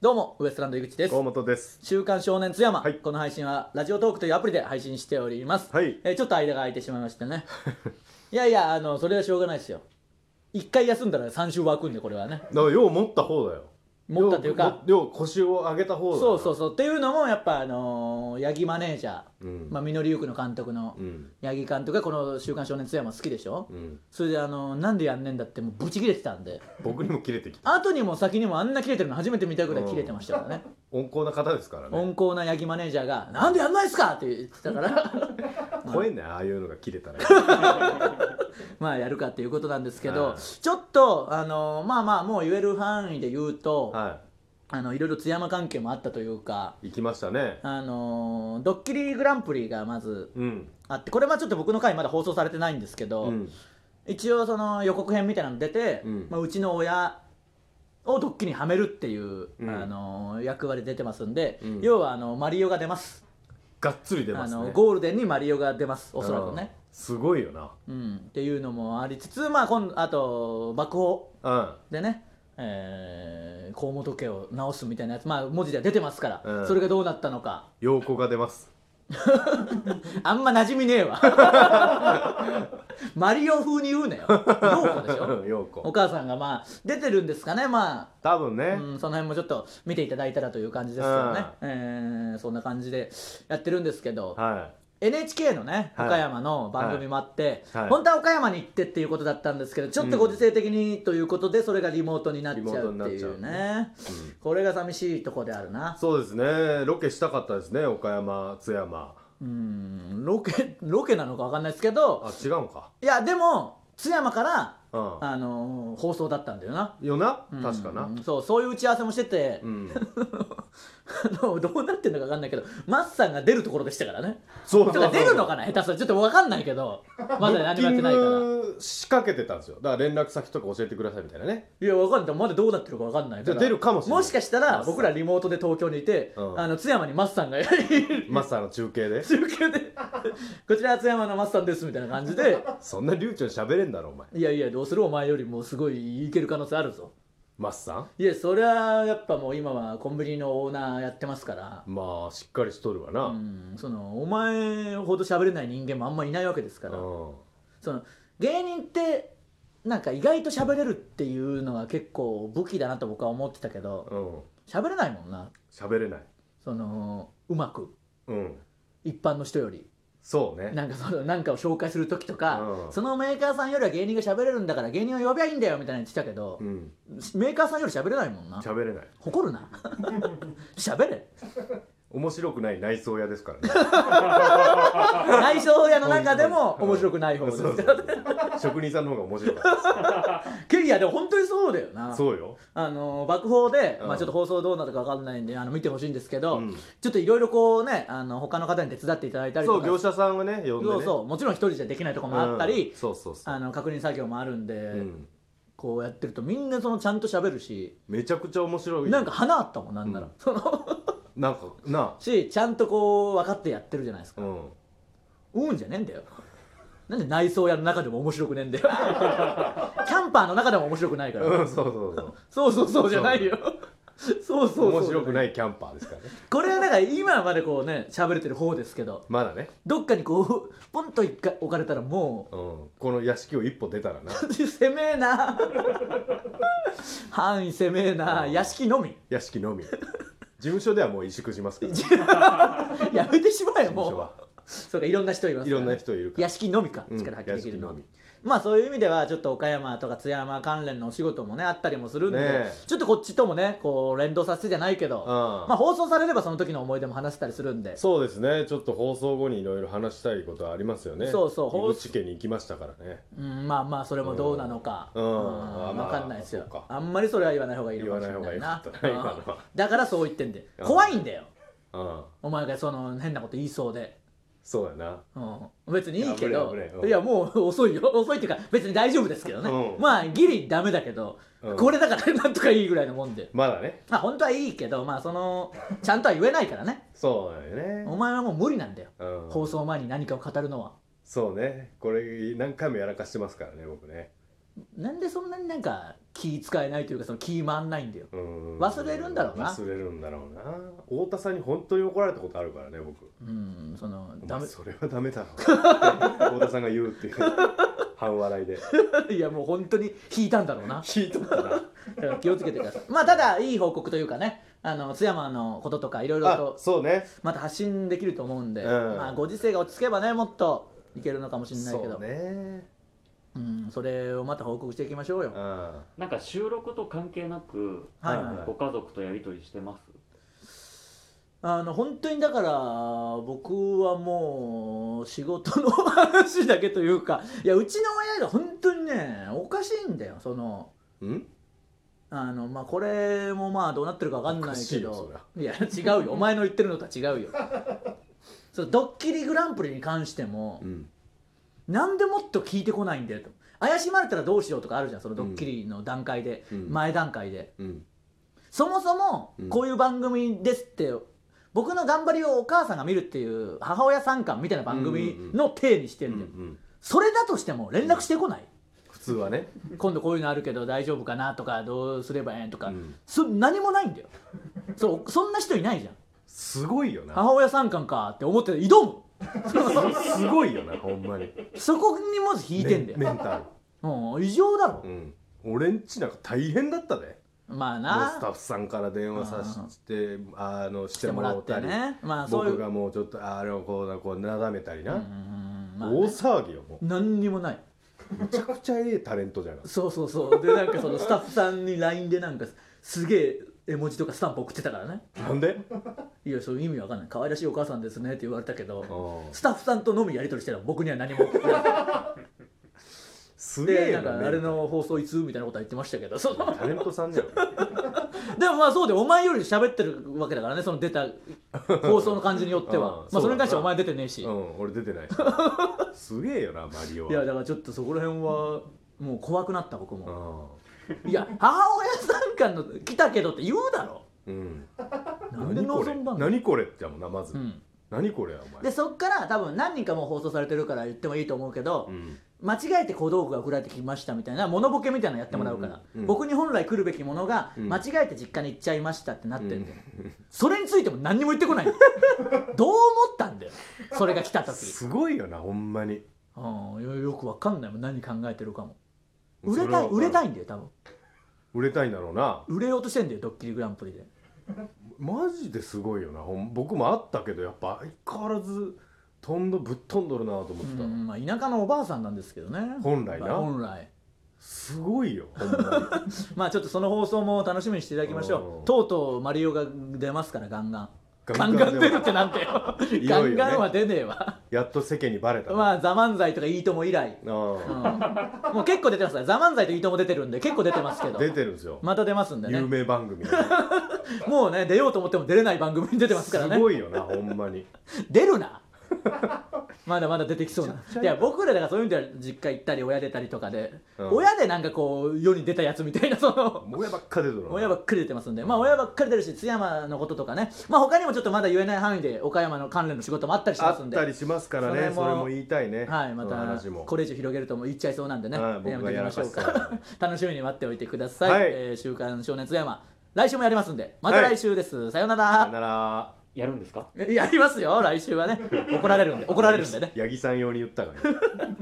どうもウエストランド井口です河本です週刊少年津山、はいこの配信はラジオトークというアプリで配信しております、はいえーちょっと間が空いてしまいましたね いやいやあのそれはしょうがないですよ一回休んだら3週湧くんでこれはねだからよう持った方だよ持ったというかようよう腰を上げた方だそうそうそそうっていうのもやっぱあのー八木マネージャー、ううん、まあ、実りゆくの監督のうん八木監督がこの「週刊少年津山」好きでしょ、うんそれであのーなんでやんねんだってもうブチ切れてたんで僕にも切れてきた後にも先にもあんな切れてるの初めて見たぐらい切れてましたからね、温厚な方ですからね温厚な八木マネージャーが「なんでやんないっすか!」って言ってたから怖えんだよああいうのが切れたら まあやるかっていうことなんですけど、はいちょっとあのまあまあもう言える範囲で言うと、はあのいろいろ津山関係もあったというかい行きましたねあのドッキリグランプリがまずうんあってこれはちょっと僕の回まだ放送されてないんですけど、うん一応その予告編みたいなの出て、うんまあ、うちの親をドッキリにはめるっていう、うんあの役割出てますんで、うん要はあのマリオが出ますがっつり出ますねあのゴールデンにマリオが出ますおそらくね、うんすごいよなうん、っていうのもありつつ、まあ、今度あと爆砲うんでね、えー、河本家を直すみたいなやつ、まあ、文字では出てますから、うんそれがどうなったのか 陽子が出ますあんま馴染みねえわ マリオ風に言うなよようこでしょうん 陽お子母さんがまあ出てるんですかねま多分あ、ねうん、その辺もちょっと見ていただいたらという感じですけどね、えーそんな感じでやってるんですけど、は NHK のねはい岡山の番組もあって、はいはい本当は岡山に行ってっていうことだったんですけどちょっとご時世的にということでそれがリモートになっちゃうっていリモートうになっねいうんこれが寂しいとこであるなそうですねロケしたかったですね岡山津山うんロケロケなのか分かんないですけどあ違うのかいやでも津山から、うあのー放送だったんだよなんよなうん確かなそうそういう打ち合わせもしてて、 うんあの どうなってんのか分かんないけどマッサンが出るところでしたからねそうてか出るのかな下手すらちょっと分かんないけどまだ何もやってないかブらッキング仕掛けてたんですよだから連絡先とか教えてくださいみたいなねいや分かんないまだどうなってるか分かんないからじゃあ出るかもしれないもしかしたら僕らリモートで東京にいて、うんあの津山にマスさんがいる マスターの中継で中継で「こちら津山のマスさんです」みたいな感じでそんな流暢に喋れんだろお前「いやいやどうするお前よりもすごいいける可能性あるぞマスさん」いやそりゃやっぱもう今はコンビニのオーナーやってますからまあしっかりしとるわなううんんそのお前ほど喋れない人間もあんまいないわけですからその芸人ってなんか意外と喋れるっていうのが結構武器だなと僕は思ってたけどうん喋れないもんな喋れないそのうまくうん一般の人よりそうねなんかそのなんかを紹介する時とか、うんそのメーカーさんよりは芸人が喋れるんだから芸人を呼べばいいんだよみたいなの言ってたけどう、んメーカーさんより喋れないもんな喋れない誇る な喋れ面白くない内装屋ですからね内装屋の中でも 面白くない方そうですそうから職人さんの方が面白かったけどいやでも本当にそうだよなそうよあの爆砲で、うんまあ、ちょっと放送どうなるか分かんないんであの見てほしいんですけど、うんちょっといろいろこうねあの他の方に手伝っていただいたりそとうか業者さんをね呼んでねそうそうもちろん一人じゃできないとこもあったり、うんそうそうそうあの確認作業もあるんで、うんこうやってるとみんなそのちゃんと喋るしめちゃくちゃ面白いなんか花あったもんなんなら、うんそのなんかな しちゃんとこう分かってやってるじゃないですかうんうんじゃねえんだよなんで内装屋の中でも面白くねえんだ よキャンパーの中でも面白くないから、うんそうそうそうそうそうそうじゃないよそうそうそう面白くいないキャンパーですからねこれはだから今までこうね喋れてる方ですけどまだね、どっかにこうポンと一回置かれたらもうん、この屋敷を一歩出たらなう攻めえ な範囲攻めえな屋敷のみ屋敷のみ事務所ではもう萎縮しますから、やめてしまえ事務も所うはそうかいろんな人いますいからろねんな人いるから屋敷のみかうん力発揮できるのは、屋敷まあそういう意味ではちょっと岡山とか津山関連のお仕事もねあったりもするんで、ねえちょっとこっちともねこう連動させてじゃないけど、ああまあ放送されればその時の思い出も話せたりするんでそうですねちょっと放送後にいろいろ話したいことはありますよねそうそう放放送送家に行きましたからねうん、まあまあそれもどうなのか、うんうん分かんないですよそうかあんまりそれは言わない方がいいのかもしれ言わなないい方なが良かったな今のうはんだからそう言ってんでうん怖いんだようんお前がその変なこと言いそうで、そうやなうん、別にいいけど危ないい危ないうんやもう遅いよ 遅いっていうか別に大丈夫ですけどね、うんまあギリダメだけど、うんこれだからなんとかいいぐらいのもんでまだねまあ本当はいいけどまあそのちゃんとは言えないからねそうだよねお前はもう無理なんだよ、うん放送前に何かを語るのはそうねこれ何回もやらかしてますからね僕ねなんでそんなになんか気使えないというかその気回んないんだようん忘れるんだろうな忘れるんだろうな太田さんに本当に怒られたことあるからね僕うんそのおダ前メそれはダメだろ太田さんが言 う っていう半笑いでいやもう本当に引いたんだろうな 聞いとったなだから気をつけてくださいまあただいい報告というかねあの津山のこととかいろいろあとそうねまた発信できると思うんで、うんまあ、ご時世が落ち着けばねもっといけるのかもしれないけそどうねうん、それをまた報告していきましょうよ、あなんか収録と関係なく、はいはいはいご家族とやり取りしてますあの本当にだから僕はもう仕事の話だけというかいやうちの親が本当にねおかしいんだよそのうんあのまあこれもまあどうなってるかわかんないおかしけいよどいや違うよお前の言ってるのとは違うよそのドッキリグランプリに関してもうんなんでもっと聞いてこないんだよと怪しまれたらどうしようとかあるじゃんそのドッキリの段階で、うん前段階でうんそもそもうんこういう番組ですって、僕の頑張りをお母さんが見るっていう母親参観みたいな番組の体にしてうんんだうよ、んそれだとしても連絡してこない、普通はね今度こういうのあるけど大丈夫かなとかどうすればええとか、うんそ何もないんだよそうそんな人いないじゃんすごいよな母親参観かって思って挑むすごいよなほんまにそこにまず引いてんだよ、メンメンタうん、異常だろル、うん俺んちなんか大変だったでまあもうスタなッフさんから電話さしてあのしてもらったりしてもらってねまあそういう僕がもうちょっとあれをこうなこうなだめたりうんうなんうんまあね大騒ぎよも何にもないうめちゃくちゃええタレントじゃんそうそうそうでなんかそのスタッフさんに LINE でなんかすげえ絵文字とかスタンプ送ってたからねなんでいやそういう意味わかんない可愛らしいお母さんですねって言われたけどうんスタッフさんとのみやり取りしてたら僕には何もすげえでなよんかあれの放送いつみたいなことは言ってましたけどそのタレントさんじゃんでもまあそうでお前より喋ってるわけだからねその出た放送の感じによってはああまあそれに関してはそうだなお前出てねえし、うん俺出てないすげえよなマリオはいやだからちょっとそこら辺はもう怖くなった僕もういや母親参観の来たけどって言うだろんうんなんで望んだんだ何これ何これってやもんなまずうん何これやおで前そっから多分何人かもう放送されてるから言ってもいいと思うけど、うん間違えて小道具が送られてきましたみたいなモノボケみたいなのやってもらうから、うんうん僕に本来来るべきものが、ん間違えて実家に行っちゃいましたってなってんだよ、それについても何にも言って こないのどう思ったんだよそれが来た時、すごいよなほんまにうん、よよくわかんないもん何考えてるかも売れそたいは売れたいんだよ多分売れたいんだろうな売れようとしてんだよドッキリグランプリでマジですごいよなほん僕もあったけどやっぱ相変わらず飛んどぶっ飛んどるなと思ってた、うんまあ、田舎のおばあさんなんですけどね本来なまあ本来すごいよほんまにまあちょっとその放送も楽しみにしていただきましょううんとうとうマリオが出ますからガンガンガ ガンンガガン出ン出るるってなんだよいガよいよねンガンは出ねえわやっと世間にバレたな、まあ「ザ漫才とか「いいとも」以来、うんあもう結構出てますから「ザ漫才と「いいとも」出てるんで結構出てますけあど出てるんですよ、また出ますんで有ね名番組もうね出ようと思っても出れない番組に出てますからねすごいよなほんまに出るなまだまだ出てきそうなちゃいや僕らだからそういうんでは実家行ったり親出たりとかで、うん親でなんかこう世に出たやつみたいなその親ばっか出てる親ばっっかり出てますんで、まあ親ばっかり出るし津山のこととかねまあ他にもちょっとまだ言えない範囲で岡山の関連の仕事もあったりしあますんっでたりしますからねそそれれもも言いたいねはい、まそたの話もこれ以上広げるともう言っちゃいそうなんでね、はい僕がやめていきましょうやらかか し楽しみに待っておいてください、はいえー週刊少年津山来週もやりますんでまた来週です、さよなさよ らならやるんですかやりますよ来週はね怒られるんで怒られるんでね八木さん用に言ったから、ね